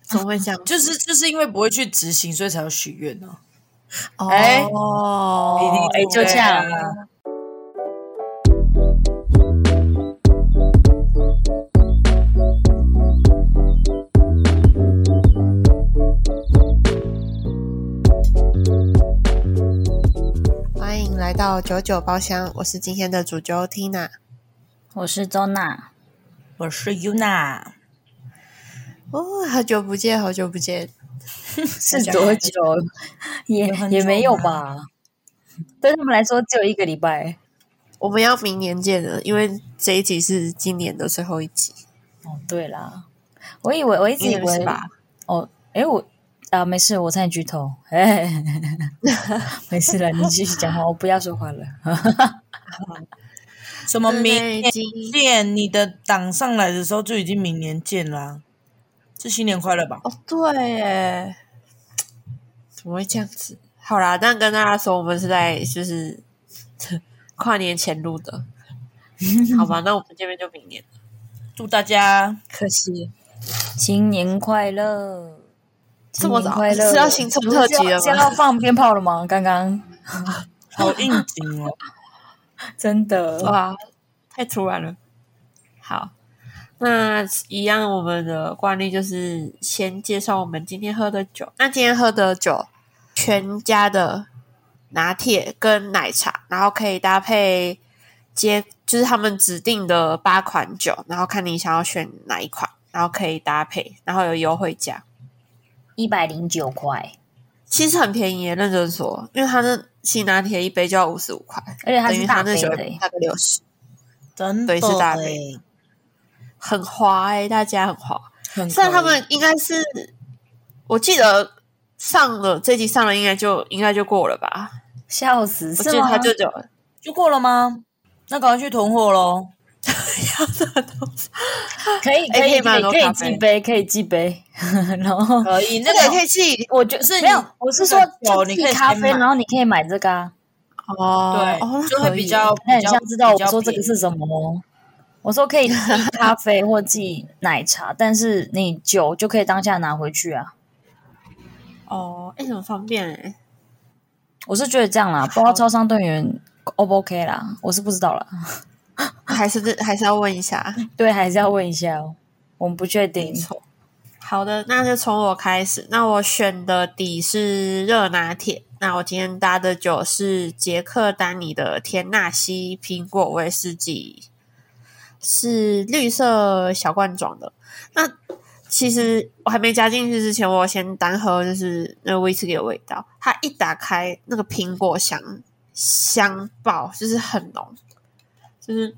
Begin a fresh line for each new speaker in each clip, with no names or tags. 怎么会这样？
就是就是因为不会去执行，所以才要许愿呢。
哦，
哎
哎，
啊
就这样。欢迎来到九九包厢，我是今天的主角 Tina。
我是 周娜，
我是 Yuna，
哦，好久不见，好久不见。
是多久？ 也
有很久
也没有吧？对他们来说只有一个礼拜。
我们要明年见了，因为这一集是今年的最后一集，
哦，对啦，我以为我一直以
应该是
为
吧？
哦，诶，我啊，没事，我差点剧透，哎， 没事了，你继续讲话，我不要说话了。
什么明
对已
年
经
见？你的档上来的时候就已经明年见啦、是新年快乐吧？
哦，对耶，怎么会这样子？好啦，但跟大家说，我们是在就是 跨年前录的，好吧？那我们这边就明年，
祝大家
可惜
新年快乐！
这么早
新年快乐
是要新春特辑了吗哦
是要是要放鞭炮了吗？刚刚
好应景 哦。
真的，
哇，太突然了。好，那一样我们的惯例就是先介绍我们今天喝的酒。那今天喝的酒，全家的拿铁跟奶茶，然后可以搭配接就是他们指定的八款酒，然后看你想要选哪一款，然后可以搭配，然后有优惠价，
一百零九块，
其实很便宜耶，认真说，因为它那新拿铁一杯就要五十五块，
而且它
等于它
是
那
大杯
酒
的欸
杯
耶，
大概六十，
真的哎
对是搭配
耶
很滑哎、大家很滑。
很
虽然他
可以
们应该是，我记得上了这集上了应该就应该就过了吧？
笑死，
我
是
记得
吗
他？就就
就过了吗？那赶快去囤货喽！
可以
哎
可
可以
以
买
可
很多
以可以
咖啡
寄杯，可以寄杯，然后
可以，那
这个也可
个
以寄
我觉得
是
没有
你，
我是
这
说
个酒
就
你
寄
可以
咖
先
啡，
买
然后你可以买这个啊，
哦，哦
对，就
那
会
可以
比较
那
比
很
较
像知道
比
我
较
说这
便
个是什么哦。我说可以寄咖啡或寄奶茶，但是你酒就可以当下拿回去啊。
哦，哎、很方便哎、
我是觉得这样啦，不知道超商队员 O 不 OK 啦，我是不知道啦。
还是还是要问一下，
对，还是要问一下哦，我们不确定
没。错。好的，那就从我开始。那我选的底是热拿铁，那我今天搭的酒是捷克丹尼的田纳西苹果威士忌，是绿色小罐装的。那其实我还没加进去之前，我先单喝就是那个威士忌的味道，它一打开那个苹果香香爆，就是很浓，就是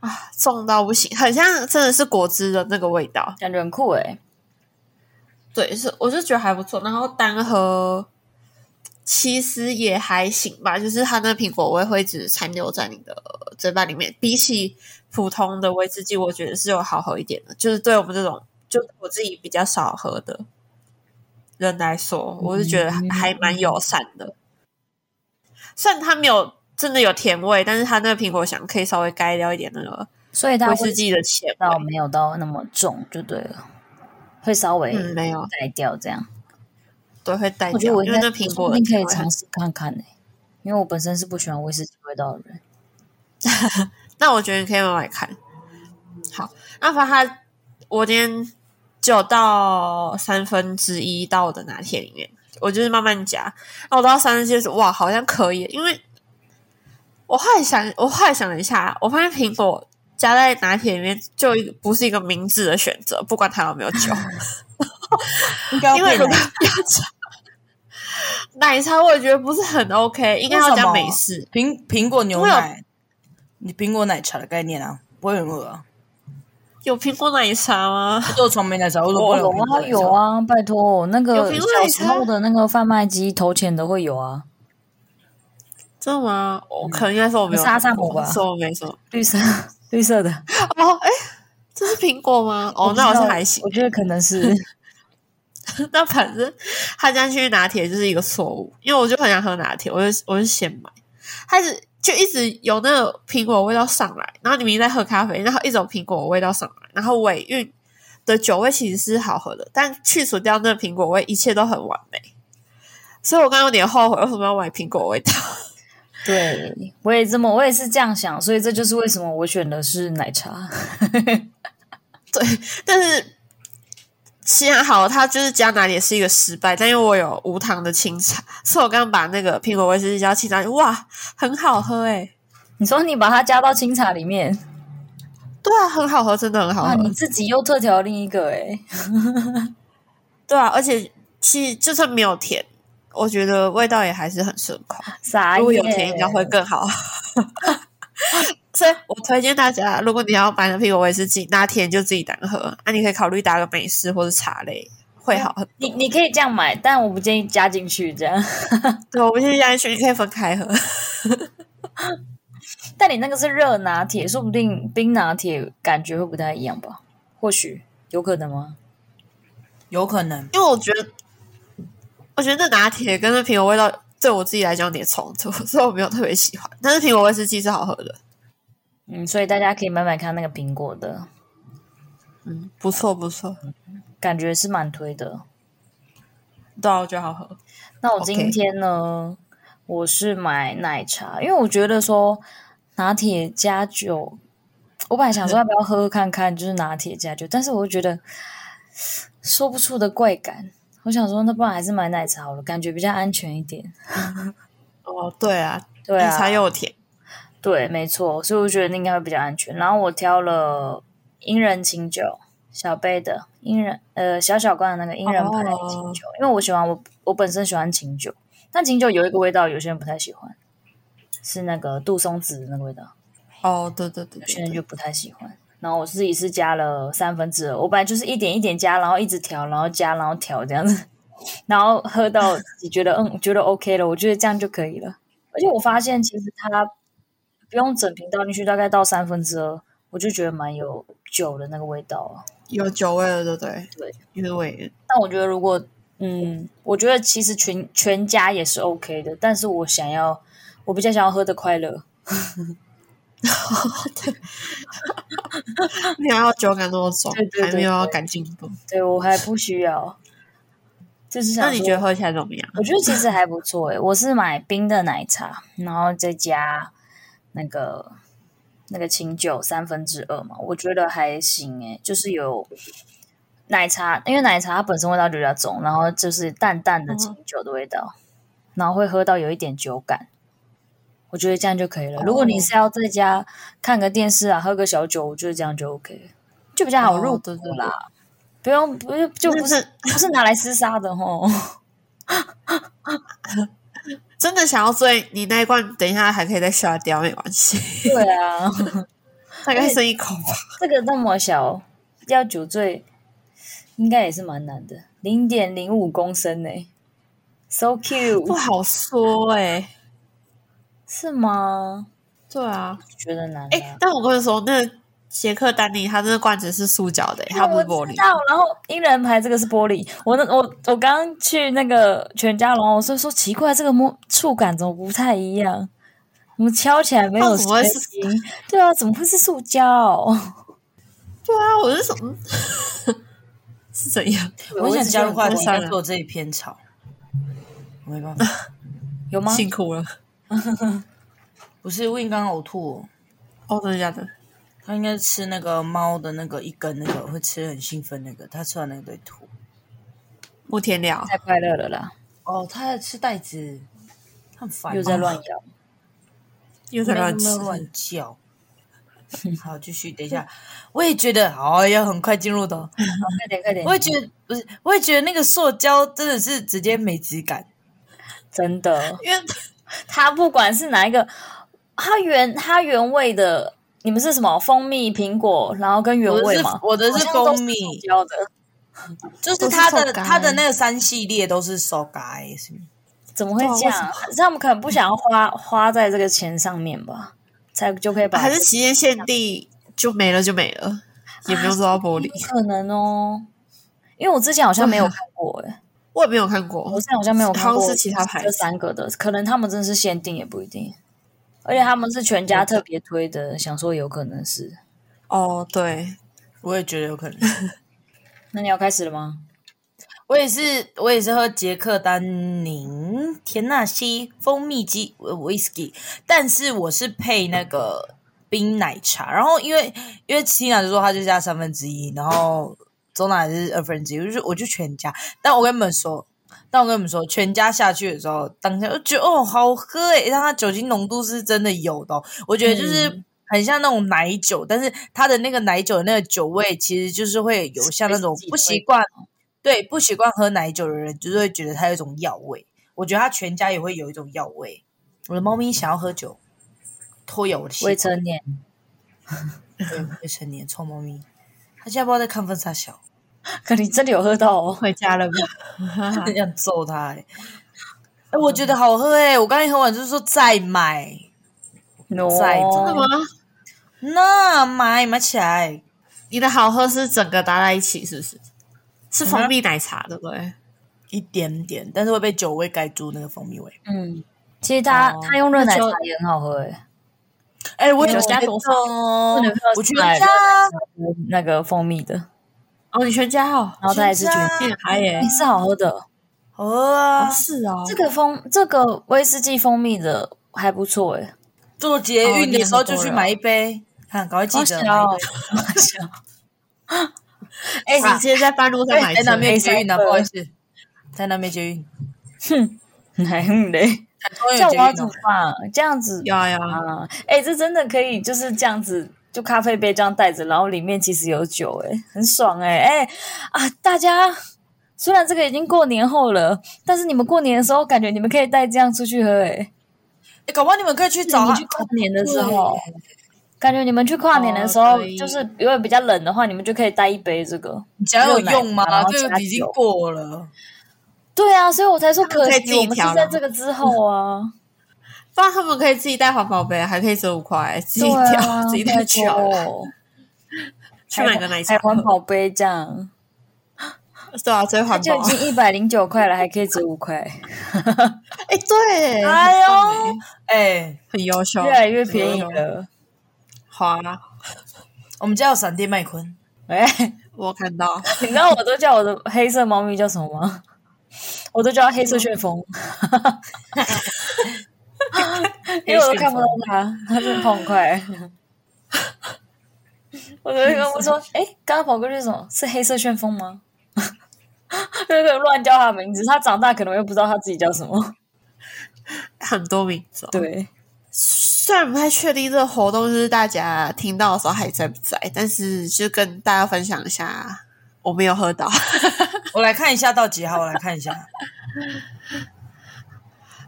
啊重到不行，很像真的是果汁的那个味道。
感觉很酷诶、
对，是我就觉得还不错。然后单喝其实也还行吧，就是它那苹果味会一直残留在你的嘴巴里面，比起普通的威士忌，我觉得是有好喝一点的。就是对我们这种，就我自己比较少喝的人来说，我是觉得还
嗯
还蛮友善的。虽然它没有真的有甜味，但是它那个苹果香可以稍微盖掉一点那个
所以它
威
会
士忌的甜味
到。没有到那么重就对了，会稍微
嗯，没有，
带掉这样。
对，会带
我觉得
掉，
我应
因
该
为那苹果的
你可
甜
以
味很
尝试看看诶、因为我本身是不喜欢威士忌味道的人。
那我觉得你可以买买看。好，那反正它我今天只有到三分之一到我的拿铁里面，我就是慢慢加。那我到三分之一的时候，哇，好像可以，因为我后来想，我后来想了一下，我发现苹果加在拿铁里面就一个不是一个明智的选择，不管它有没有 酒。
应该
因
要
为
配
如
奶
果 要加奶茶，我也觉得不是很 OK，应该要加美式。
苹苹果牛
因为有
奶，你苹果奶茶的概念啊，不会很饿啊。
有苹果奶茶吗？
我只有草莓奶茶，我怎么不能
有
苹果
啊
奶茶
有，啊，拜托，那
有
个
评论
小
一
时
下
候的那个贩卖机投钱的会有啊，
真的吗？
嗯
我可能应该说我没有
沙上
我
火吧
说我没说。
绿色绿色的。
哦，哎，这是苹果吗？哦，
不知
那好像
道
还行。
我觉得可能 是
那反正他家去拿铁就是一个错误，因为我就很想喝拿铁，我就我就先买，他是就一直有那个苹果味道上来，然后你明明在喝咖啡，然后一种苹果味道上来，然后尾韵的酒味其实是好喝的，但去除掉那个苹果味，一切都很完美。所以我刚刚有点后悔，为什么要买苹果味道？
对，我也这么，我也是这样想，所以这就是为什么我选的是奶茶。
对，但是虽然好，它就是加奶也是一个失败，但因为我有无糖的清茶， 所以我刚刚把那个苹果威士忌加清茶，哇，很好喝哎、
你说你把它加到清茶里面，
对啊，很好喝，真的很好
哇，
喝
你，自己又特调另一个诶、欸
对啊，而且其实就算没有甜，我觉得味道也还是很顺口。
傻眼。欸
如果有甜，应该会更好。 所以我推荐大家，如果你要买的苹果威士忌，拿铁就自己单喝，啊，你可以考虑打个美式或者茶类，会好很
你你可以这样买，但我不建议加进去这样。
多。我们现在去，你可以分开喝。
但你那个是热拿铁，说不定冰拿铁感觉会不太一样吧？或许有可能吗？
有可能。
因为我觉得，我觉得那拿铁跟那苹果味道对我自己来讲有点冲突，所以我没有特别喜欢。但是苹果威士忌是好喝的，
嗯，所以大家可以买买看那个苹果的，
嗯，不错不错，
感觉是蛮推的。
对啊，我觉得好喝。
那我
OK
今天呢我是买奶茶，因为我觉得说拿铁加酒，我本来想说要不要喝喝看看，就是拿铁加酒，但是我又觉得说不出的怪感。我想说，那不然还是买奶茶好了，感觉比较安全一点。
哦，对啊，
对啊，
奶茶又有甜，
对，没错，所以我觉得那应该会比较安全。然后我挑了英人清酒，小杯的英人，呃，小小罐的那个英人牌的清酒，因为我喜欢我我本身喜欢清酒，但清酒有一个味道，有些人不太喜欢，是那个杜松子的那个味道，
哦，对对对
有
对
些
对
人就不太喜欢。然后我自己是加了三分之二，我本来就是一点一点加，然后一直调，然后加，然后调这样子，然后喝到自己觉得嗯觉得 OK 了，我觉得这样就可以了。而且我发现其实它不用整瓶倒进去，大概倒三分之二，我就觉得蛮有酒的那个味道啊。
有酒味了，对不 对？
对，
有味。
但我觉得如果嗯，我觉得其实全全家也是 OK 的，但是我想要我比较想要喝的快乐，
没有要酒感那么重，
对对对
还没有要赶进度。
对我还不需要。就是想
那你
说
觉得喝起来怎么样？
我觉得其实还不错诶、欸我是买冰的奶茶，然后再加那个那个清酒三分之二嘛，我觉得还行诶、就是有奶茶，因为奶茶它本身味道就比较重，然后就是淡淡的清酒的味道，然后会喝到有一点酒感。我觉得这样就可以了。如果你是要在家看个电视啊，喝个小酒，我觉得这样就 OK，就比较好入
哦
口
对对对
啦。不用，不是就不是不是拿来厮杀的吼。
真的想要醉，你那一罐等一下还可以再刷掉，没关 系，
对啊，
大概剩一口吧。
这个那么小，要酒醉，应该也是蛮难的，零点零五公升呢、s o
不
cute
好说哎、
是吗？
对啊，
觉得难、啊。
哎、但我跟你说，那个杰克丹尼他那个罐子是塑胶的、欸，它不是玻
我知
璃。
道，然后一人牌这个是玻璃。我那我我刚刚去那个全家，然后我是说奇怪，这个摸触感怎么不太一样？我们敲起来没有
那怎么会是
声音？对啊，怎么会是塑胶？
对啊，我是什么？ 是怎样？
我想加入话
啊
题，
我
但是我自己偏吵，我没办法。
有吗？
辛苦了。
不是 Win 刚刚呕吐哦、
哦，真的假的？
他应该是吃那个猫的那个一根那个，会吃得很兴奋那个，他吃完那个对吐。
木田了，
太快乐了啦，
哦，他在吃袋子，他很烦，
又在乱咬。
又在
没有
乱
没
吃
有。乱叫。好，继续，等一下，我也觉得，好，要很快进入的哦、
好快点，快点
我！也觉得不是，我也觉得那个塑胶真的是直接没质感。
真的，
因为
它不管是哪一个，它原它原味的，你们是什么蜂蜜苹果，然后跟原
我的
味
是
吗？
我的
好
是
像都
蜂蜜，
塑胶的，
就是欸它
都是
的
手嘎
它的那个三系列都是手嘎、欸，是吗
怎么会
对啊
这样？他们可能不想要花花在这个钱上面吧，才就可以把
还是期间限定就没了就没了，也没有做到玻璃。
有可能哦。因为我之前好像没有看过哎、
我也没有看过
我之前好像没有
啊
看
好
过
像是其他牌子
这三个的，可能他们真的是限定也不一定，而且他们是全
啊
家特别推的，想说有可能是。
哦，对，
我也觉得有可能。
那你要开始了吗？
我也是，我也是喝捷克丹宁、田纳西蜂蜜鸡呃 whisky，但是我是配那个冰奶茶。然后因为因为七奶就说他就加三分之一，然后周奶是二分之一，我就是我就全加。但我跟你们说，但我跟你们说，全加下去的时候，当下就觉得哦好喝诶，但它酒精浓度是真的有的哦、我觉得就是。
嗯
很像那种奶酒，但是它的那个奶酒的那个酒味，其实就是会有像那种不习惯对不习惯喝奶酒的人，就是会觉得它有一种药味。我觉得它全家也会有一种药味。我的猫咪想要喝酒，拖油我的习惯
未成年，
对未成年臭猫咪，它现在不知道在看风沙 小，
可你真的有喝到哦。
回家了 吗？
很想揍它、欸。哎、我觉得好喝哎、我刚才喝完就是说再买，
No，
在真
那么
那买买起来，
你的好喝是整个搭在一起，是不是？是蜂蜜奶茶，对不对？
一点点，但是会被酒味盖住那个蜂蜜味。
嗯，其实它
哦
它用热奶茶
那就
也很好喝欸诶，
哎、我有
你有加
觉
多少
得哦
不能喝
我觉
出来
得
的
加
那个蜂蜜的，
哦，你全家哦，
然后它也是
全
全
家
变嗨耶
也！是好喝的。
好喝啊
哦，是哦，
这个蜂这个威士忌蜂蜜的还不错欸诶，
坐捷
哦
运的时候就去买一杯，看，赶快记
好
得
香
买一杯。
哦， 好香。
哎，你直接在半路上买
台
车，
南没有捷运的，
黑色
不好意思，台南没捷运，
还很嘞，
台中
这
有
样
捷
啊我要
运哦
怎
的
么。办？这样子
有啊有啊，
啊，哎、这真的可以，就是这样子，就咖啡杯这样带着，然后里面其实有酒、哎，很爽、哎，哎啊，大家虽然这个已经过年后了，但是你们过年的时候，感觉你们可以带这样出去喝、哎，
哎，搞不好你们可以去找
你
他
们去跨年的时候
哦，
感觉你们去跨年的时
哦
候，
可以
就是如果比较冷的话，你们就可以带一杯这个。
你讲有用
热奶
吗？
啊茶
这个已经过了，
对啊，所以我才说可
们可以自
惜，
己
我们是
调
在
了
这个之后啊。
不然他们可以自己带环保杯，还可以折五块， 自己
对
挑，
啊，
自己带
拜
去好了，
托
去买个奶茶
还，环保杯这样，
对啊，最环
就
保
已。经一百零九块了，还可以折五块。
哎，对，
哎呦
很棒哎
哎，
很优秀，
越来越便宜
很优秀。
了。
好啊，
我们家有闪电麦昆，
哎、
我看到，
你知道我都叫我的黑色猫咪叫什么吗？我都叫它黑色旋风， 因为我都看不到它，它真的跑很快。 我昨天跟我说，哎、刚刚跑过去是什么？是黑色旋风吗？ 就可能乱叫它的名字，它长大可能又不知道它自己叫什么。
很多名字哦。
对，
虽然不太确定这个活动就是大家听到的时候还在不在，但是就跟大家分享一下，我没有喝到。
我来看一下到几号，我来看一下。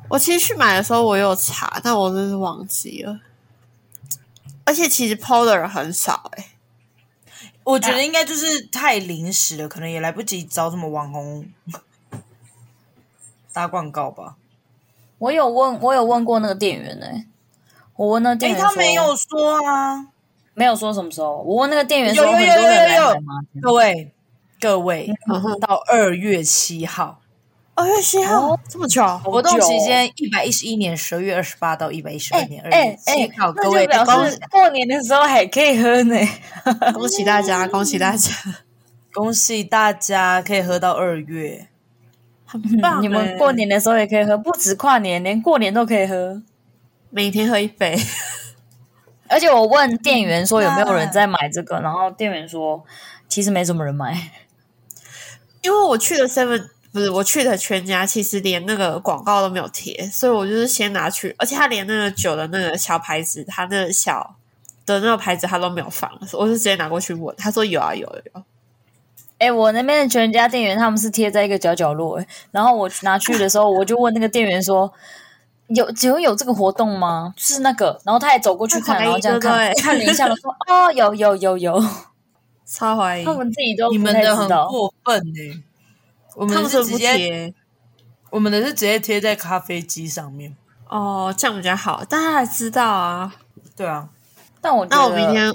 我其实去买的时候我有查，但我真是忘记了。而且其实 PO 的人很少哎、
我觉得应该就是太临时了，可能也来不及找什么网红 打广告吧。
我有问，我有问过那个店员呢、我问那个店
哎，
员，
他没有说啊，
没有说什么时候，我问那个店员说
有有有
很多
有
人
有有
来买吗？
各位各位，
嗯哼，
到二月七号。
二月七号、
哦
这么久，啊
活动
久
期间，一百一十一年十二月二十八到一百一十二
哎
年二月
哎
七
哎，
号，各
那
位
就表
恭
示过年的时候还可以喝呢。
恭喜大家，恭喜大 家，
恭喜大家可以喝到二月。
很棒、
你们
哎
过年的时候也可以喝，不止跨年，连过年都可以喝。
每天喝一杯，
而且我问店员说有没有人在买这个，然后店员说其实没什么人买。
因为我去的 Seven 不是我去的全家，其实连那个广告都没有贴，所以我就是先拿去，而且他连那个酒的那个小牌子，他那个小的那个牌子他都没有放，我就直接拿过去问，他说有啊有有有，
哎，我那边的全家店员他们是贴在一个角角落，哎然后我拿去的时候，我就问那个店员说。有请问有这个活动吗？就是那个，然后他也走过去看，
他怀疑
然后这样看
对不对
看了一下，然后说：“哦，有有有有。
超怀”疑
他们自己都
你
不
们
太
的
知
很
道。
过分呢、我
他
们
们
是
是
直
不
接，
贴
我们的是直接贴在咖啡机上面。
哦，这样比较好，大家还知道啊。
对啊，
但我觉得
那我明天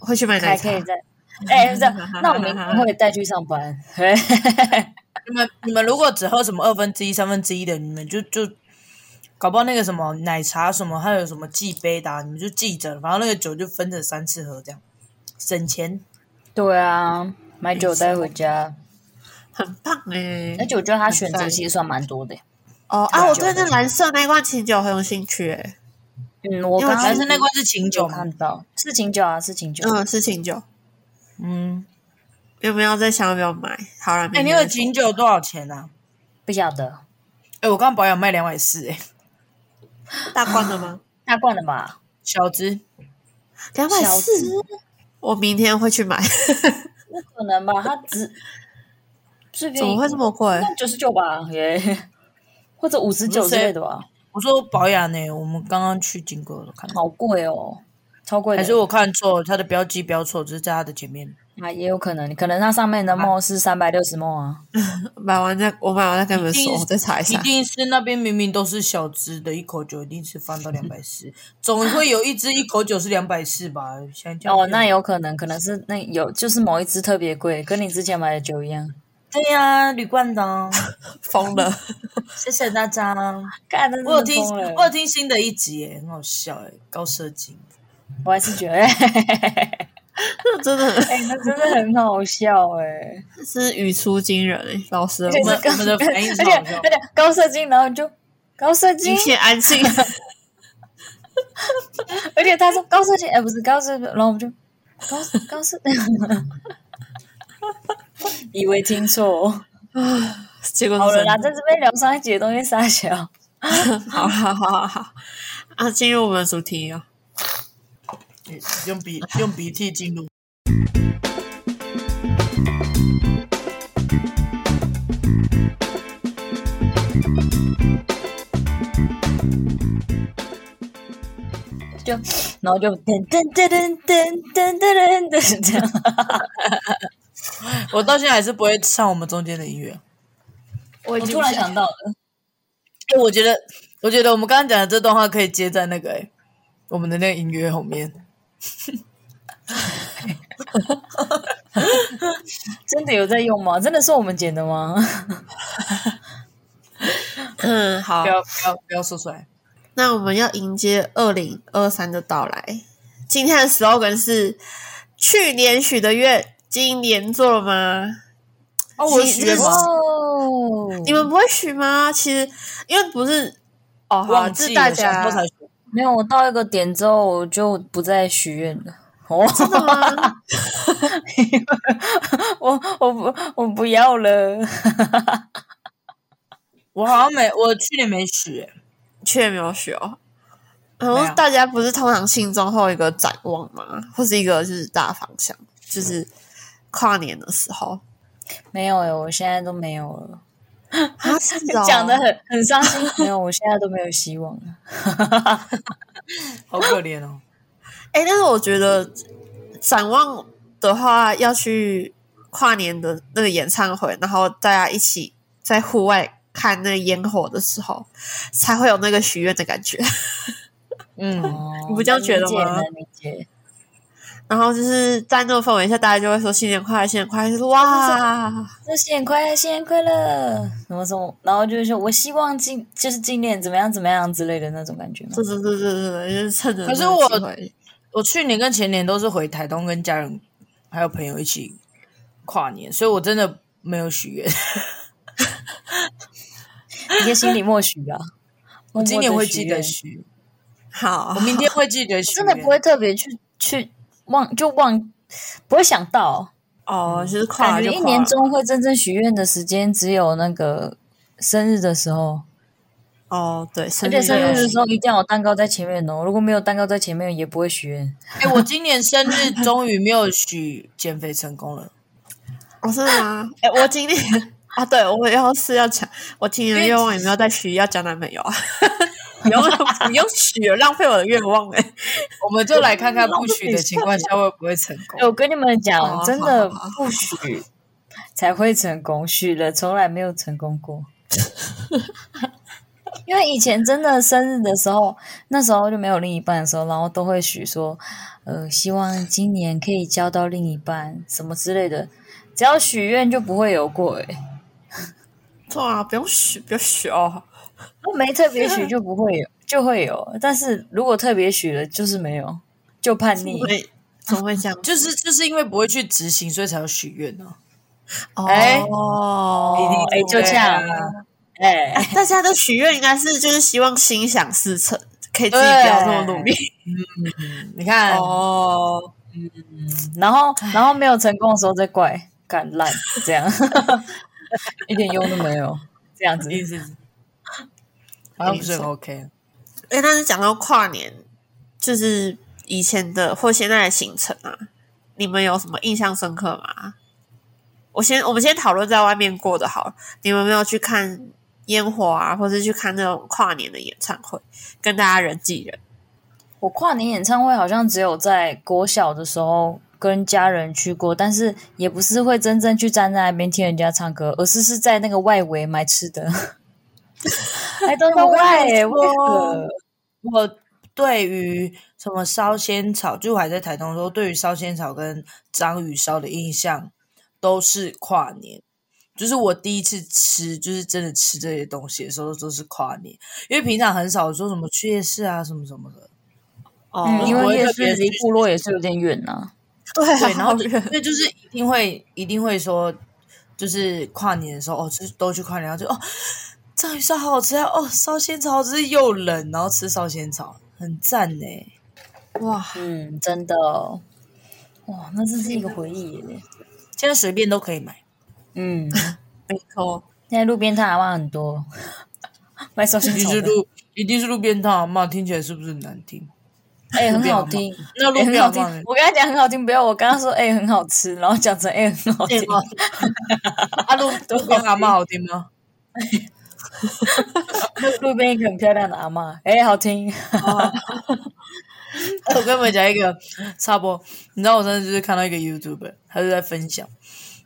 会去买奶
还
茶
可，以再，哎、 这样，那我明天会带去上班。嘿嘿嘿嘿
你们你们如果只喝什么二分之一、三分之一的，你们就就搞不好那个什么奶茶什么，还有什么寄杯的啊、你们就记着，然后那个酒就分成三次喝，这样省钱。
对啊，买酒带回家。
很棒哎、
而且我觉得他选择其实算蛮多的。
哦
那
啊，
个
我
酒
对那
的
蓝色那一罐清酒很有兴趣哎、
嗯，我
因为我觉
刚
还
刚
得
是那罐是清酒
有
吗？
看到是琴酒啊，是琴酒。
嗯，是清酒，
嗯，
有没有在想要不要买？好了，
哎、
明
你
天
有
再说
琴酒多少钱啊？
不晓得
哎、我刚保养卖两百四，哎，
大罐的 吗？
大罐的吧？
小资
两百
小
四，我明天会去买，
不可能吧？它 只最便
怎
宜
么会这么贵？
九十九吧？耶， 或者五十九之类的吧？
我说保养呢，我们刚刚去经过了，看到，
好贵哦，超贵的。
还是我看错了，它的标记标错，只是在它的前面。
啊，也有可能，可能它上面的梦是三百六十梦啊。
买完再我买完再跟你们
一
说，
定
我再查一
一
下。
定是那边明明都是小支的，一口酒一定是放到两百四， 总会有一支一口酒是两百四吧？想想
哦，那有可能，可能是那有就是某一支特别贵，跟你之前买的酒一样。
对呀、铝罐的哦，
疯了，
谢谢大家。
干，真的是
我有听，
疯了
我有听新的一集耶，很好笑哎，高射精。
我还是觉得， 哎、
真的很
那真的很好 笑哎、
是语出惊人、欸，老师，
而且
我们
是高
我们的反应
而
超
且
好笑
而且高射精，然后你就高射精
一，切安静。
而且他说高射精，哎、不是高射，然后我们就高高 射，以为听错。
结果是
好了
真的
啦，在这边聊上一集的东西傻笑。
好好好好好啊！进入我们的主题啊、
用鼻用鼻涕进入。
就然后就噔噔噔噔噔噔噔噔噔这样，
我到现在还是不会唱我们中间的音乐。
我
我突然想到了，
哎、我觉得，我觉得我们刚刚讲的这段话可以接在那个哎、我们的那个音乐后面。
真的有在用吗？真的是我们剪的吗？
嗯，好
不，要不要不要说出来。
那我们要迎接二零二三的到来。今天的 slogan 是：去年许的愿，今年做了吗？
哦，
我
我
是许愿猫
吗？
哦，
你们不会许吗？其实因为不是嗯哦，好啊，
忘
这
记
是大
了，小时候
家
才学。
没有，我到一个点之后我就不再许愿了。 哦，
真的吗？
我我不我不要了。
我好像没，我去年没许、欸，
确没有许哦。然
没
后
有
大家不是通常心中会有一个展望吗？或是一个就是大方向，就是跨年的时候
没有哎、我现在都没有了。
啊，是哦
讲的很很伤心。没有，我现在都没有希望了。
好 可怜哦。
哎、但是我觉得展望的话，要去跨年的那个演唱会，然后大家一起在户外看那个烟火的时候，才会有那个许愿的感觉。
嗯，
哦，
你不这样觉得吗
能理解。能理解
然后就是在那个氛围下，大家就会说新年快乐，新年快乐，就是哇，
就新年快乐，新年快乐，什么什么，然后就是说我希望今就是今年怎么样怎么样之类的那种感觉吗？
对对对对对，就是趁着
可
那
是
个机会。
我我去年跟前年都是回台东跟家人还有朋友一起跨年，所以我真的没有许愿。
你就心里默许啊。
我 今年
默默
会
地
记
许
得
愿
许，
好
我，明天会记得许
我
愿。
真的不会特别去去忘，就忘，不会想到，
哦，就是跨
感
了
觉
就
一
跨
年
了
中会真正许愿的时间只有那个生日的时候，
哦，对，
而
生
且
日
生
那
日
个
的时候一定要有蛋糕在前面哦，如果没有蛋糕在前面也不会许愿。
哎、我今年生日终于没有许减肥成功了，
哦，是吗？哎、我今天 啊，对我要是要讲，我今年的愿望也没有再许要交男朋友啊， 不用不用许了，浪费我的愿望哎、
我们就来看看不许的情况下会不会成
哎
功。
我跟你们
好
讲，
啊
真的
好啊好啊
不许 才会成功，许了从来没有成功 过。因为以前真的生日的时候，那时候就没有另一半的时候，然后都会许说，呃，希望今年可以交到另一半什么之类的，只要许愿就不会有过、欸，
对啊，不用许，不用许哦。
没特别许就不会有，就会有，但是如果特别许了就是没有，就叛逆。
哎怎么会这样？
就是就是因为不会去执行，所以才要许愿呢。哎
哦，
哎就这样哎、
大家的许愿应该是就是希望心想事成，可以自己不要那么努力
你看，
哦。
然后然后没有成功的时候再怪干烂这 样，一点用都没有，这样子
意思是好像不是很 OK。
哎，但是讲到跨年，就是以前的或现在的行程啊，你们有什么印象深刻吗？我先，我们先讨论在外面过的好了。你们有没有去看烟火啊，或是去看那种跨年的演唱会，跟大家人挤人？
我跨年演唱会好像只有在国小的时候跟家人去过，但是也不是会真正去站在那边听人家唱歌，而是是在那个外围买吃 的。I don't know why，欸为何？
我对于什么烧仙草，就我还在台东的时候，对于烧仙草跟章鱼烧的印象都是跨年。就是我第一次吃，就是真的吃这些东西的时候，都是跨年，因为平常很少说什么去夜市啊，什么什么的。
哦
嗯，因
我会
为夜
特
市
别
离
去
部落也是有点远呐、
对啊，
对，然后
好
就
远
对，就是一定会一定会说，就是跨年的时候哦，就是都去跨年，然后就哦，章鱼烧好好吃啊，哦，烧仙草好吃又冷，然后吃烧仙草很赞呢。
哇！
嗯，真的哦，哇，那真是一个回忆耶。
现在随便都可以买，
嗯，
没错，
现在路边摊还卖很 多，卖烧
一
仙
定
草
是
的，
路一定是路边摊阿嬷，听起来是不是很难听？
哎、
路
很
边
好
阿嬷
听，
那
哎
路
很
边
好
阿
听
嬷。
我刚才讲很好听，不要我刚刚说哎、很好吃，然后讲成哎、很 好听，
啊 路路边阿嬷好听吗？
路路边一个很漂亮的阿嬷，哎、好听。
我跟你们讲一个插播，你知道我上次就是看到一个 YouTuber，他就在分享，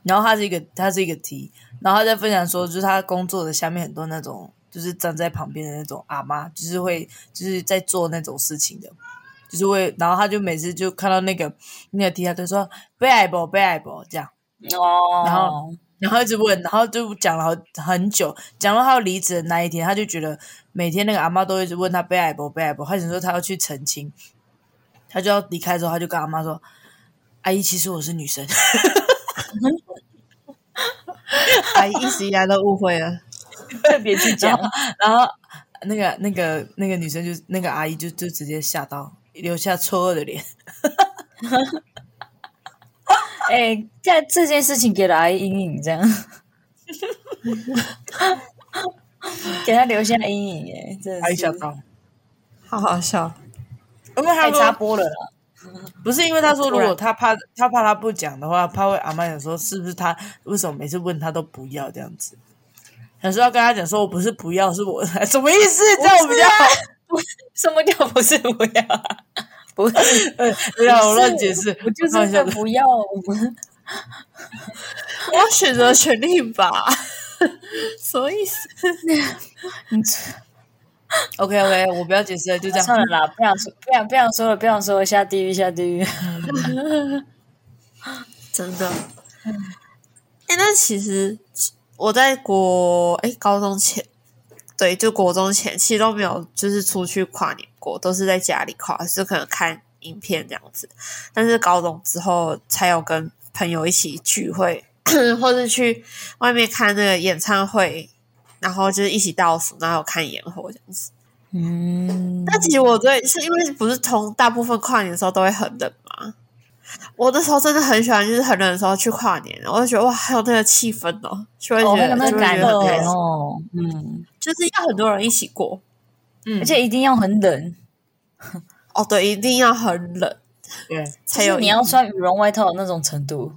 然后他是一个他是一个 T，然后他在分享说，就是他工作的下面很多那种就是站在旁边的那种阿妈，就是会就是在做那种事情的，就是会，然后他就每次就看到那个那个 T，他就说被爱不被爱不这样，
哦，
然后然后一直问，然后就讲了好很久，讲到他要离职的那一天，他就觉得每天那个阿妈都一直问他被爱不被爱不，他想说他要去澄清，他就要离开之后，他就跟阿妈说：“阿姨，其实我是女生。
阿姨一直以来都误会了。
特别去讲，”
然后那个那个那个女生就那个阿姨就就直接吓到，留下错愕的脸。
哎、在这件事情给了阿姨阴影， 这样，给她留下阴影、哎，真
阿姨
的
吓
是
到，
好好笑，
因为他
太插
说
播了啦。
不是因为他说如
突
果
然
他怕他怕他不讲的话，怕会阿妈想说是不是他为什么每次问他都不要这样子。想说要跟他讲说，我不是不要，是我 什么意思？这样我比较
啊
好，
什么叫不是不要啊？ 不是，
不要我乱解释，
我就是
开玩笑
真
的
的不要。
我要选择权利吧？ 什么意思？
OK OK，我不要解释了，就这
算
样。
了啦，不想说，不想不想说了，不想说了，下地狱，下地狱。
真的。哎、那其实我在国哎、高中前，对，就国中前，其实都没有就是出去跨年过，都是在家里跨，是可能看影片这样子。但是高中之后才有跟朋友一起聚会， 或是去外面看那个演唱会，然后就是一起倒数，然后有看烟火这样子。
嗯，
那其实我对是因为不是通大部分跨年的时候都会很冷嘛。我那时候真的很喜欢，就是很冷的时候去跨年，我就觉得哇，还有那个气氛哦，就会
哦，
觉
那
得、
个那
就会觉
个感
得很开
动
心，
哦，嗯，
就是要很多人一起过
嗯
而且一定要很冷，
哦，对，一定要很冷
对，
才
就
有
是
意义。
你要穿羽绒外套的那种程 度，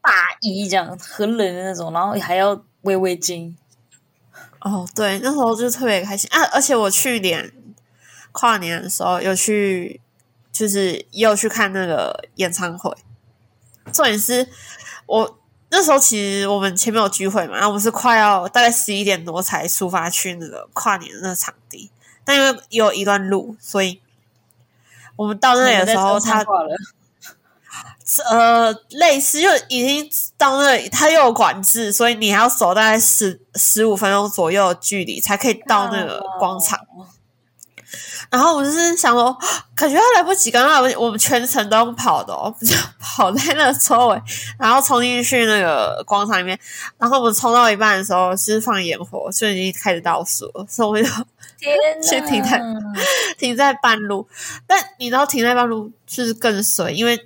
大衣这样很冷的那种，然后还要围围巾。
哦，对，那时候就特别开心啊！而且我去年跨年的时候有去，就是也有去看那个演唱会。重点是我那时候其实我们前面有聚会嘛，然后我们是快要大概十一点多才出发去那个跨年的那个场地，但因为有一段路，所以我们到那里的时候，他
挂了，
呃，类似就已经到那里，它又有管制，所以你还要走大概十十五分钟左右的距离才可以到那个广场。然后我就是想说， 感觉要来不及，刚刚我们全程都用跑的、哦， 就跑在那个车尾，然后冲进去那个广场里面。然后我们冲到一半的时候，就是放烟火，就已经开始倒数了，所以我们就
天哪！
先停在
嗯
停在半路。但你知道停在半路就是更水，因为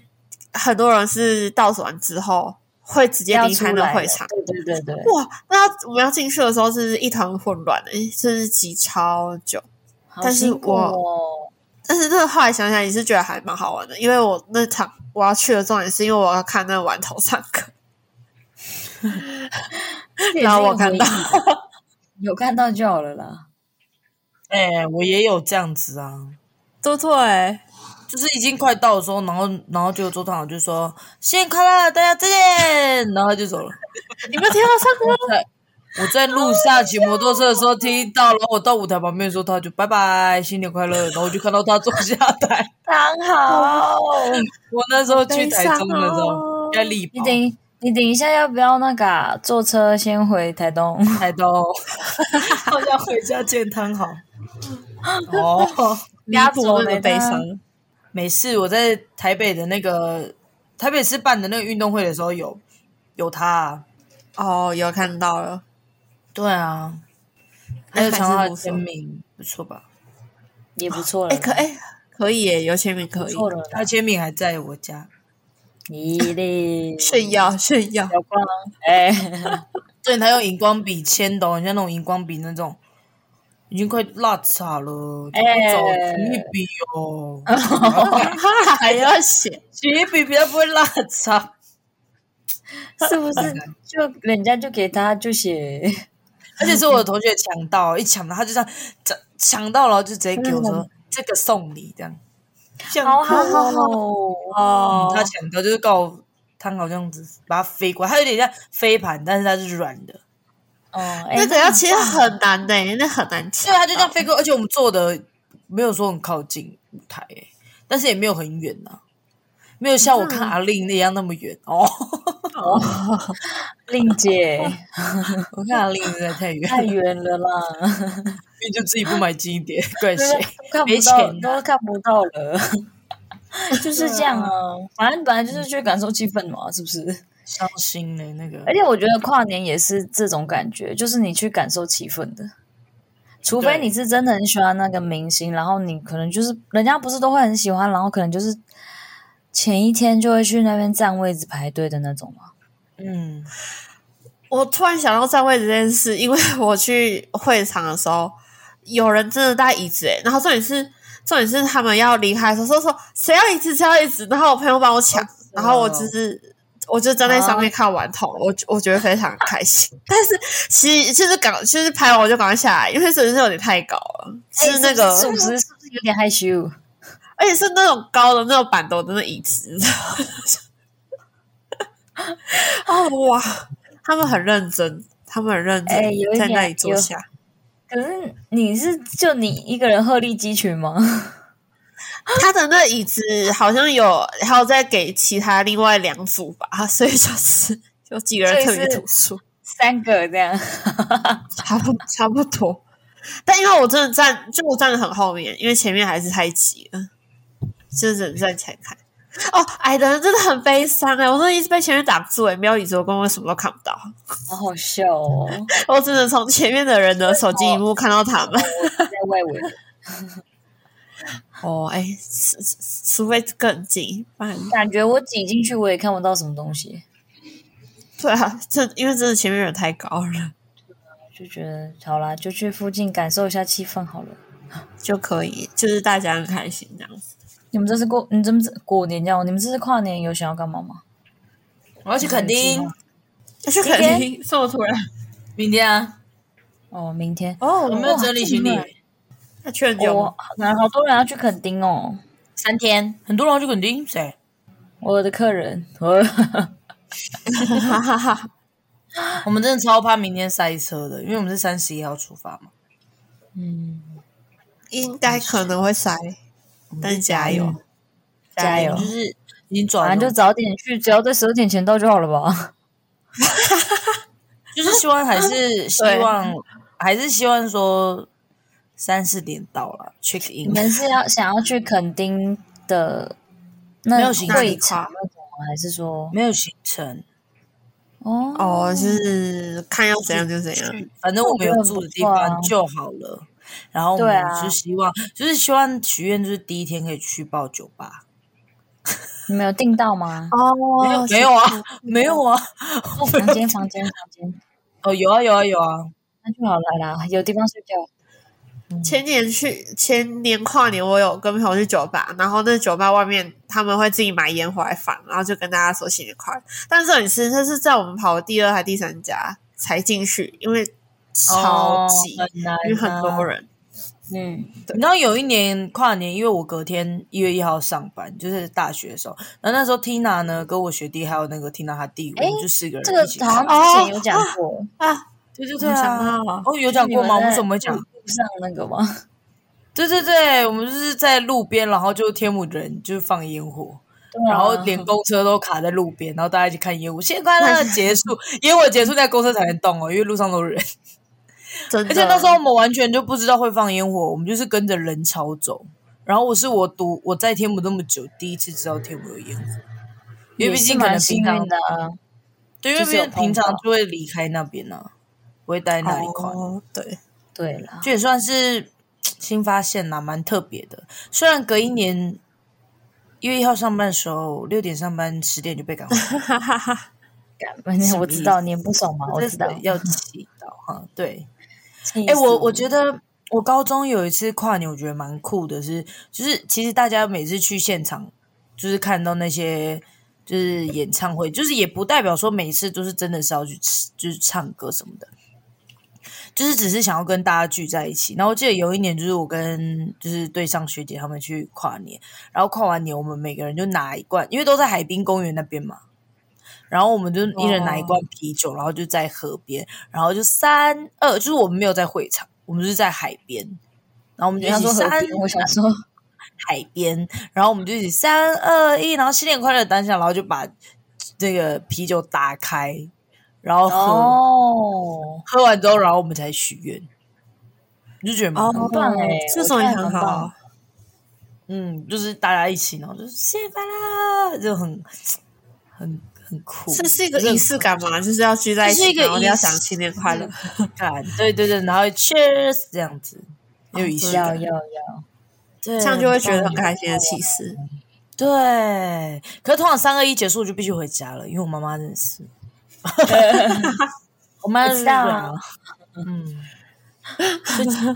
很多人是倒数完之后会直接
要
离
出
开
来
那
了
会场。
对对对对，
哇，那我们要进去的时候是一团混乱的，就是挤超久。
好
但是
辛苦
我
哦
但是那个后来想想也是觉得还蛮好玩的，因为我那场我要去的重点是因为我要看那个玩头上课，然后我看到，
啊有看到就好了 啦。
哎、我也有这样子啊，
对不对？
就是已经快到的时候，然后然后就周汤豪就说新年快乐，大家再见，然后就走了。
你们听到上 课
我在路下骑摩托车的时候听到，然后我到舞台旁边的时候，他就拜拜，新年快乐，然后我就看到他坐下台。
刚好，
我那时候去
悲
台
伤
中的时候，
哦，
在立
你等你等一下，要不要那个啊坐车先回台东？
台东，好想回家见汤好。 哦，
弥补那个悲伤。
没事，我在台北的那个台北市办的那个运动会的时候有有他、啊，
哦，有看到了，
对啊，还
那
有
还
抢
是
到
不
他的
错
签名，不错吧？
也不错了
哎，
啦，
可哎可以耶，有签名
不
可以，
错了啦，
他签名还在我家，
咦嘞，
炫耀炫耀，
小光，哎，
对他用荧光笔签的、哦，很像那种荧光笔那种，已经快落差了，就不走
哎
纸一笔哦，
还要写，
纸一笔比较不会落差。
是不是就人家就给他就写？
而且是我的同学抢到，一抢到他就这样抢抢到，然后就直接给我
嗯
说、这个送你这样，这样
好好
好
哦，
哦
他抢到就是告汤好这样子把它飞过来，它有点像飞盘，但是它是软的，
哦，哎
那个要其实很难的，那很难
所
签
以。它就这样飞过。而且我们坐的没有说很靠近舞台、欸，但是也没有很远呐、没有像我
嗯
看阿令那样那么远哦。
令姐
我看阿令真的太远，
太远了啦，
所以就自己不买近一 点，怪
真的
谁？
都看
没
不到，
钱
都看不到了。 就是这啊样啊，反正本来就是去感受气氛嘛，是不是？
伤心嘞、那个
而且我觉得跨年也是这种感觉，就是你去感受气氛的，除
对
非你是真的很喜欢那个明星，然后你可能就是人家不是都会很喜欢，然后可能就是前一天就会去那边占位置排队的那种嘛。
嗯，
我突然想到占位置这件事，因为 我去会场的时候，有人真的带椅子欸诶、然后重点是重点是他们要离开的时候说说谁要椅子谁要椅子，然后我朋友帮我抢，然后我就是。我就站在上面看完桶，我我觉得非常开心。 但是其实就是赶，就是拍完我就赶快下来，因为真的是有点太高了，是那个，
哎是不是是不是有点害羞？
而且是那种高的那种板凳的那椅子。你知道吗 哦哇，他们很认真，他们很认真，
哎有一
在
点
那里坐
有
下。
可是你是就你一个人鹤立鸡群吗？
他的那椅子好像有，还有再给其他另外两组吧，所以就是有几个人特
所以
别
是
突出，
三个这样，
差不差不多。但因为我真的站，就我站的很后面，因为前面还是太挤了，就只能站起来看。哦，矮的人真的很悲伤哎、我真的一直被前面挡住哎、没有椅子，我根本什么都看不到。
好好笑哦，
我只能从前面的人的手机荧幕看到他们。
在外围。
哦，哎、除除除非更近，不然
感觉我挤进去我也看不到什么东西，
对啊，这因为真的前面人太高了
就觉得好啦，就去附近感受一下气氛好了。
就可以，就是大家很开心这样子。
你们这次过，你们这过年这样，你们这次跨年有想要干嘛吗？
我要去垦
有计
丁
划，
要去
天
垦 丁，这么突然
明天啊，
哦，明天
哦
我没有整理行李
哇。
那去很久
我
吗？
好多人要去垦丁哦，
三天，很多人要去垦丁，谁？
我的客人， 我
哈哈 哈！
我们真的超怕明天塞车的，因为我们是三十一号出发嘛。
嗯，
应该可能会塞，但是加油！
加油
我们就是已经转
反
了，
正
就
就早点去，只要在十二点前到就好了吧。嗯
就是希望还是希望还是希望说三四点到了，check
你
in。
们是要想要去垦丁的那
没有行程
会场那种吗，还是说
没有行程，
哦
哦，就是看要怎样就怎样。
反正我们有住的地
那我
啊
觉得
方
很不
就好了。然后我
对
们
啊
就希望，就是希望许愿，就是第一天可以去报酒吧。
你们有订 到吗？
没有
哦
没有啊，没有啊。
房间房间房间，
哦，有啊有啊有啊。
那就好了啦，有地方睡觉。
前年去前年跨年，我有跟朋友去酒吧，然后那酒吧外面他们会自己买烟回来放，然后就跟大家说新年快乐。但是很是，这是在我们跑的第二还第三家才进去，因为超级、
哦很难啊
因为很多人。
嗯，
你知道有一年跨年，因为我隔天一月一号上班，就是大学的时候，然后那时候 Tina 呢跟我学弟还有那个 Tina 她弟，我
诶
们就四个
这个
人一起
好像
看。
之前有讲过，
对对
没
对
想
啊！
到
哦，有讲
你
过
们
吗？我
在
们怎么没讲
嗯
路？上那个吗？
对对对，我们就是在路边，然后就天母人就是放烟火，
对 啊
然后连公车都卡在路边，然后大家一起看烟火。现在那结束，烟火结束在公车才能动哦，因为路上都是人。
真的，
而且那时候我们完全就不知道会放烟火，我们就是跟着人潮走。然后我是我读我在天母那么久，第一次知道天母有烟火，因为
也
毕
是
竟可能
蛮幸
平常
运的啊。
对，因为
就是有
平平常
碰到
就会离开那边啊，不会待那一块。
哦，对，
对啦，
这也算是新发现啦，蛮特别的。虽然隔一年一月一号上班的时候，六点上班，十点就被赶回来，
哈哈哈。
我知道你很不 爽嘛，我
真
知道
的。要祈祷哈。对，
哎
哎、我我觉得我高中有一次跨年，我觉得蛮酷的是，就是其实大家每次去现场，就是看到那些。就是演唱会，就是也不代表说每次都是真的是要去吃，就是唱歌什么的，就是只是想要跟大家聚在一起。然后我记得有一年，就是我跟就是对上学姐他们去跨年，然后跨完年，我们每个人就拿一罐，因为都在海滨公园那边嘛，然后我们就一人拿一罐啤酒，然后就在河边，然后就三二，就是我们没有在会场，我们就是在海边，然后我们就
你
一
要
起
说河
三
边，我想说
海边，然后我们就一起三二一，然后新年快乐当下，然后就把这个啤酒打开，然后喝、
哦，
喝完之后，然后我们才许愿，你就觉得蛮酷
哦
很棒哎，
这种也
我觉得
很
很棒
好。。啊
嗯，就是大家一起，然后就是新年快乐，就很很很酷，
这是一个仪式感嘛，就是要聚在一起，
这是一个
然后你要
仪式
想新年快乐。
感，对对对，然后 cheers 这样子，有仪式
哦
要
感，
要要，
这
这样就会觉得很开心的气势。
对，可是通常三二一结束我就必须回家了，因为我妈妈真的 是，我妈就是这样
我，
嗯，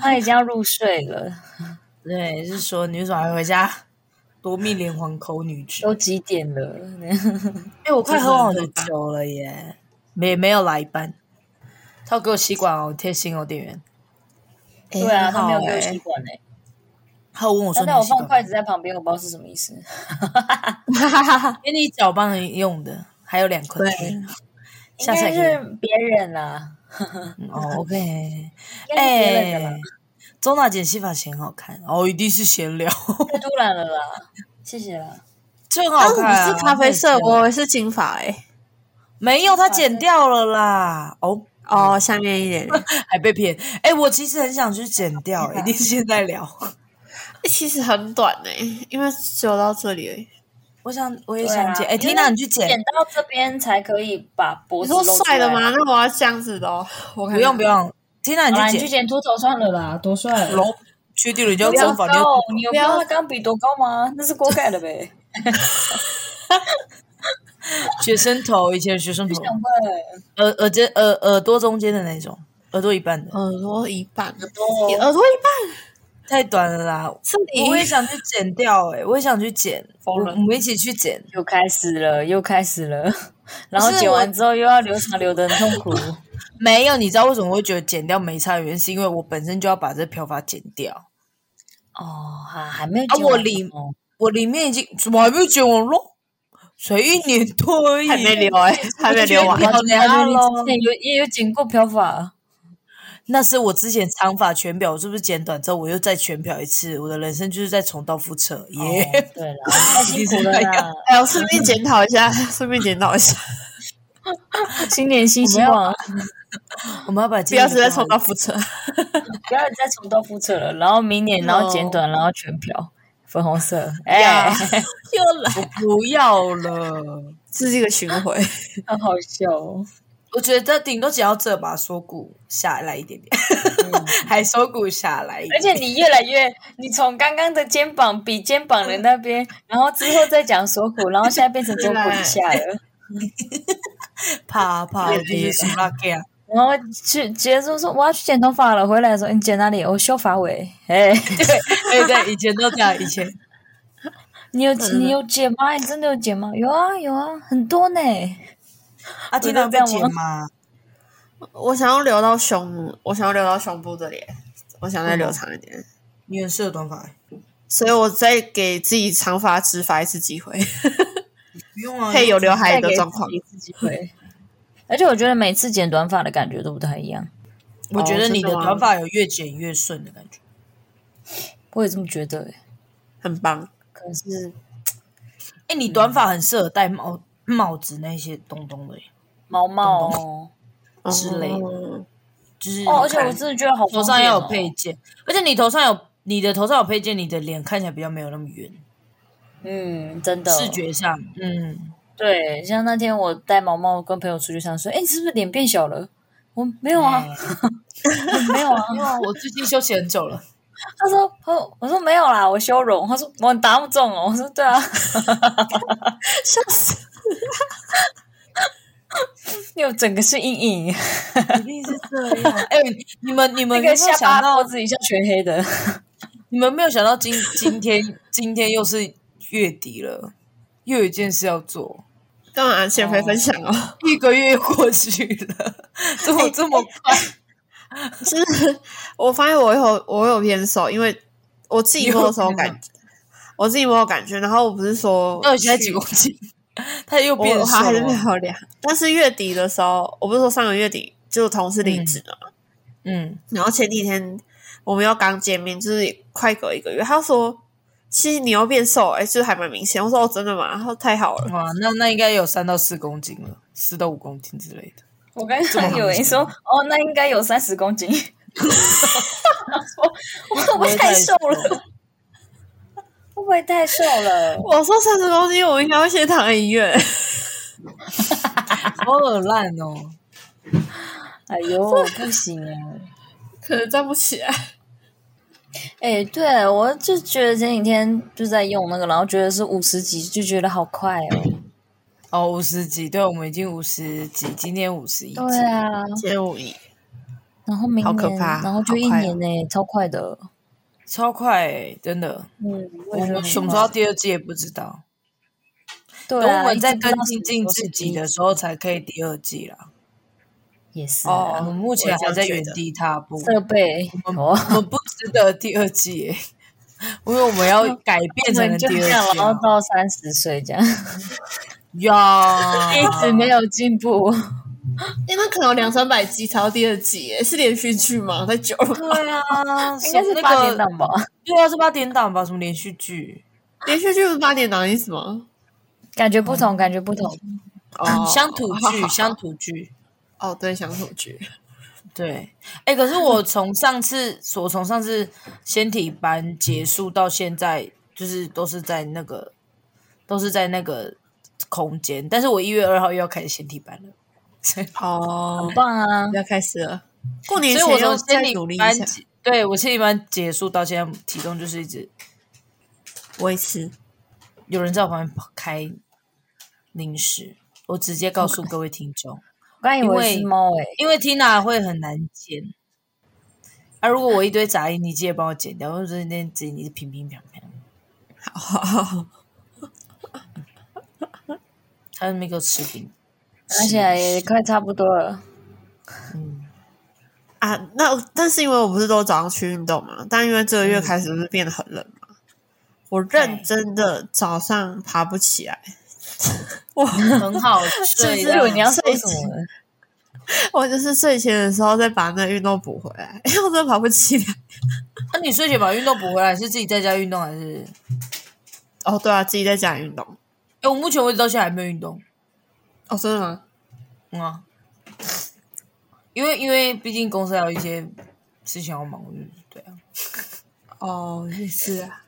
他已经要入睡了，
对，就是说你为什么还回家？夺命连环扣女子，
都几点了？
哎、我快喝完我的酒了耶，没没有来一半，他有给我吸管哦，贴心哦，店员。
哎
对啊，他没有
很好
给我
哎
吸管哎，
他有问我说
他
你的
让我
吸管
放筷子在旁边，我不知道是什么意思。
给你搅拌用的，还有两颗
对
甜。
应
下次还
该
可以
是别人啦，
嗯哦，OK，
应该是别人的
哎
啦，，
周娜剪洗发型很好看哦，一定是闲聊，
太突然了啦，谢谢啦。
这很
啊，
好看、啊。
你是咖啡色，
很好看
我以为是金发哎。
没有，他剪掉了啦。哦，
哦，下面一点。
还被骗。哎、我其实很想去剪掉、一定是现在聊。
其实很短哎，因为只有到这里而已。
我想，我也
对
想
啊
剪。哎、
因为
t i n a 你去剪。
剪到这边才可以把脖
你
子露
说
出
帅的
来
吗？
啊？
那我要这样子的哦。我看
不用不用，Tina
好啦，你
你
去
去剪。
剪秃头算了啦，多帅啊！
龙去掉了，你就要
不要
走法
高
就要
哦，你有
不
看
要
到他钢笔多高吗？那是锅盖 的呗，
学生头，以前学生头
不，想问。
耳耳尖耳耳朵中间的那种，耳朵一半的，
耳朵一半，
哦
耳朵一半
太短了啦。
是
我也
你
想去剪掉、哎，我也想去剪，我
疯了
我们一起去剪。
又开始了，又开始了，然后
不是
剪
我
完之后又要留长，留的很 痛苦。
没有，你知道为什么我会觉得剪掉没差？原因是因为我本身就要把这漂发剪掉，
哦，还还没有
啊
剪完
我理
哦
我里面已经怎么还没有剪完咯？才一年多而已，
还没留哎，还没留
我
完
觉。得漂亮
啊你
咯
之前有也有剪过漂发，
那是我之前长发全漂，我是不是剪短之后我又再全漂一次？我的人生就是在重蹈覆辙 耶。
哦对啦，太辛苦了啦，
还有哎顺便检讨一下， 顺便检讨一 下，
新年新希
我
望。
我们要把
不
不
要直接重蹈覆辙。
不要再重蹈覆辙了。然后明年，然后剪短，然后全漂，粉红色，哎、
又来，不要了。
这是一个巡回。
很好笑哦。
我觉得顶多只要这把锁骨下来一点点， 还锁骨下来一
而
点。
且你越来越，你从刚刚的肩膀比肩膀的那边，然后之后再讲锁骨，然后现在变成锁骨以下了，
啪啪，
也
就是苏拉克啊，
然后去结束说我要去剪头发了，回来的时候你剪哪里？我修发尾，哎、
对对，以前都这样，以前
你有你有剪吗？你真的有剪吗？有啊有啊，很多呢。
啊，听到
这样吗
剪吗？
我想要留到胸，我想要留到胸部这里，欸我想再留长一点，
你很适合短发欸、
所以我再给自己长发植发一次机会，
不用啊，
配有刘海
带
的
给
状况。
自己会。而且我觉得每次剪短发的感觉都不太一样，
我觉
哦
得
真
你
的
的
吗
短发有越剪越顺的感觉。
我也这么觉得、欸。
很棒。
可能是
哎、你短发很适合戴帽帽子那些东东的耶，
毛毛哦，
之类的
的，
就是
哦，而且
好看
我真的觉得好、哦
头上要有配，件，而且你头上有你的头上有配件，你的脸看起来比较没有那么圆，
嗯，真的
视觉上， 嗯，
对。像那天我戴毛毛跟朋友出去上说，哎、你是不是脸变小了？我没有啊，没有啊。
因为哦我最近休息很久了，
他说，他说我说没有啦，我修容。他说我打不中哦。我说对啊，
笑 死！
因为我整个是阴影，
一定是这样。哎、你们你们
那
有没有
个下
想
巴
到
脖子以下全黑的。
你们没有想到今今天今天又是月底了，又有一件事要做，
干嘛减肥分享哦？
一个月过去了， 怎
哎
么这么快？
就是
哦
我发现我有我有偏瘦，因为我自己摸的时候
你有
感觉，我自己摸有感觉。然后我不是说
到底现在几
去
公 斤？他又
我
变
我
瘦
还是
了，
漂亮，但是月底的时候，我不是说上个月底就同事离职了嘛，
嗯，
然后前几天我们又刚见面，就是快隔一个月，他说其实你又变瘦，哎、就是还蛮明显。我说哦，真的吗？他说太好了，
哇，那那应该有三到四公斤了，四到五公斤之类的。
我刚刚以为说，哦，那应该有三十公斤。 我会不会太瘦了？会不会太瘦了？
我说三十公斤，我应该会先躺医院。
好耳烂哦！
哎呦，不行啊！
可能站不起来。
哎，对我就觉得前几天就在用那个，然后觉得是五十几，就觉得好快哦。
哦，五十几，对，我们已经五十几，今天五十一集，
对啊，
减五一，
然后明年，
好可怕
然后就一
好快哦
年呢、欸超快的。
超快、欸，真的。
嗯，
我
也觉得
们
很
什么时候第二季也不知道，
对
等
啊，
我们在
一直不知道
更新进
什
自
么时候是
己的时候才可以第二季啦。哦
也是
我
啊
们目前还在原地踏步，
设备
我
哦
们，我们不值得第二季、欸，因为我们 要改变
我
成
们就
第
这样
二，季
然
啊
后。到三十岁这样，
呀，哦
一直没有进步。
哎、那可能有两三百集才到第二集耶，是连续剧吗？太久了，
对啊，
应该是
那
八
个
点档吧？
对啊，是八点档吧？什么连续剧？
连续剧不是八点档的意思吗？
感觉不
嗯
同，感觉不同。
哦
乡土
好好
剧，乡土剧。
哦，对，乡土剧，
对，哎，可 是我从上次，我从上次先体班结束到现在，就是都是在那个，都是在那个空间。但是我一月二号又要开始先体班了，所以
哦
很，棒啊！
要开始了。过年
所以我
前
从
要
先
再
体
努力一
班
下，
结，对我先体班结束到现在，体重就是一直
维持。
有人在我旁边开零食。我直接告诉各位听众，
我刚以为
因为
是猫欸诶、
因为 Tina 会很难剪。啊，如果我一堆杂音，你记得帮我剪掉，或者那天剪你是平平平平。
好，
他没给我吃饼，
而且也快差不多了。
嗯，
啊，那但是因为我不是都早上去运动嘛，但因为这个月开始不是变得很冷嘛，我认真的早上爬不起 来，
很好睡
是
的。啊
不是你要说
睡
什么 呢？
我就是睡前的时候再把那个运动补回来， 因为我真的爬不起来。
那、你睡前把运动补回来，是自己在家运动还是？
哦，对啊，自己在家里运动。
哎、我目前为止到现在还没有运动，
哦，真的吗？
嗯啊，因为因为毕竟公司还有一些是想要忙碌，对啊，
哦，也是啊，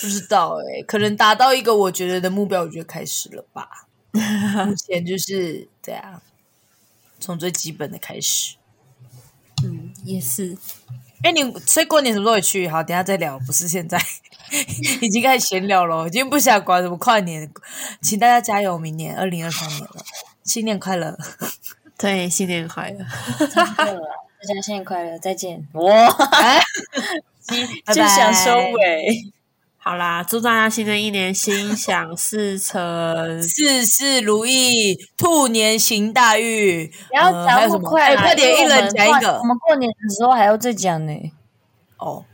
不知道哎、可能达到一个我觉得的目标，我觉得开始了 吧。目前就是对啊，从最基本的开始。
嗯，也是。
哎、你所以过年什么时候去？好，等一下再聊，不是现 在，已经开始闲聊了。今天不想管什么跨年，请大家加油，明年二零二三年了，新年快乐！
对，新年快乐！
快乐啊大家新年快乐，再见！哇，
拜
就
拜。
想收尾，
好啦，祝大家新的一年心想事成
事事如意，兔年行大运。
不要
呃还
讲
有
那
什
么
么
快
哎
啦，
快点，一
因为我
人
们
讲一
过
个
我。们过年的时候还要再 讲呢。
哦，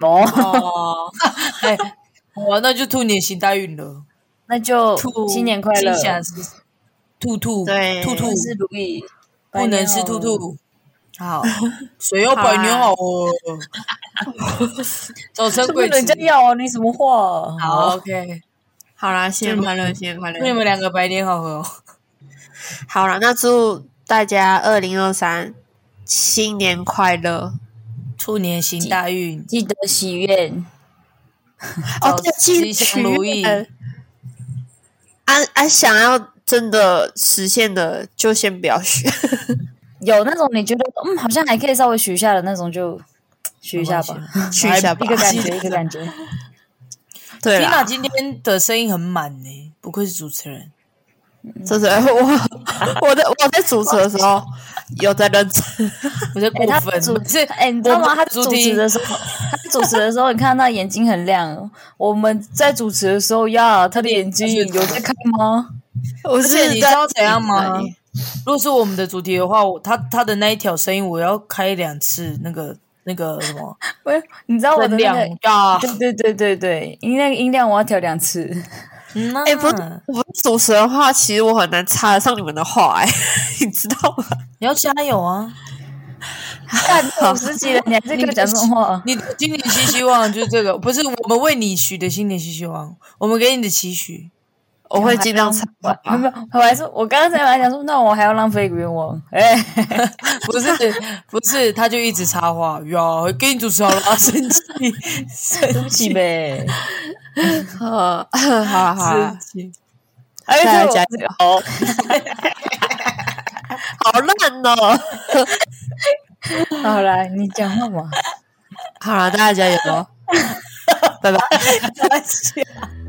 哦，
哦，
哎，好啊，那就兔年行大运了。
那就
兔
新年快乐，
心想事成兔兔，
对
兔兔
万事如意，
不能
哦
吃兔兔。好， 谁要摆牛 好哦？早生
这
贵
个人
子
家。要啊，你什么话啊？
好，OK，
好啦，新年快乐，新年快
祝你
乐！
们两个白天好合哦。
好啦，那祝大家二零二三新年快乐！
兔年行大运，
记得许愿，
哦，对，其
吉
实
祥如意。
安安、啊想要真的实现的，就先不要学。
有那种你觉得嗯，好像还可以稍微许一下的那种，就许一
啊
下吧，
许一下吧
一个感 觉，一个感觉。
对啦
Tina，今天的声音很满呢，不愧是主持人。
真的，我我的我在主持的时候有在认真，
我 在过
哎，他
分，
主
不是
哎，你知道
我
吗？
们
他
主
主
题
持的时候，他主持的时候，你看他眼睛很亮。我们在主持的时候呀，他的眼睛有在看吗？
我
而且
是
你知
在
道怎样吗
自己？
如果是我们的主题的话，我他他的那一条声音，我要开两次那个那个什么
喂，你知道 我的
分
那
量
个，
呀？
对对对对对，音量音量我要调 两次。
嗯呐
哎、不是不是主持人的话，其实我很难插得上你们的话、哎， 你知道吗？
你要加油啊！
干五十几了，你还在跟我讲这种话？
你的新年新希望就是这个，不是我们为你许的新年新希望，我们给你的期许。
我会尽量插。
我没有没有，我还说，我刚刚才本来想说，那我还要浪费一个愿望。 哎，
不是不是，他就一直插话哟，给你主持好了啊，生气生
对不 起呗。
呃， 好啊好啊
生，气，
哎，
大家
加油！ 好烂哦！
好啦，你讲话嘛。
好了，大家加哦 油！拜拜。
再见。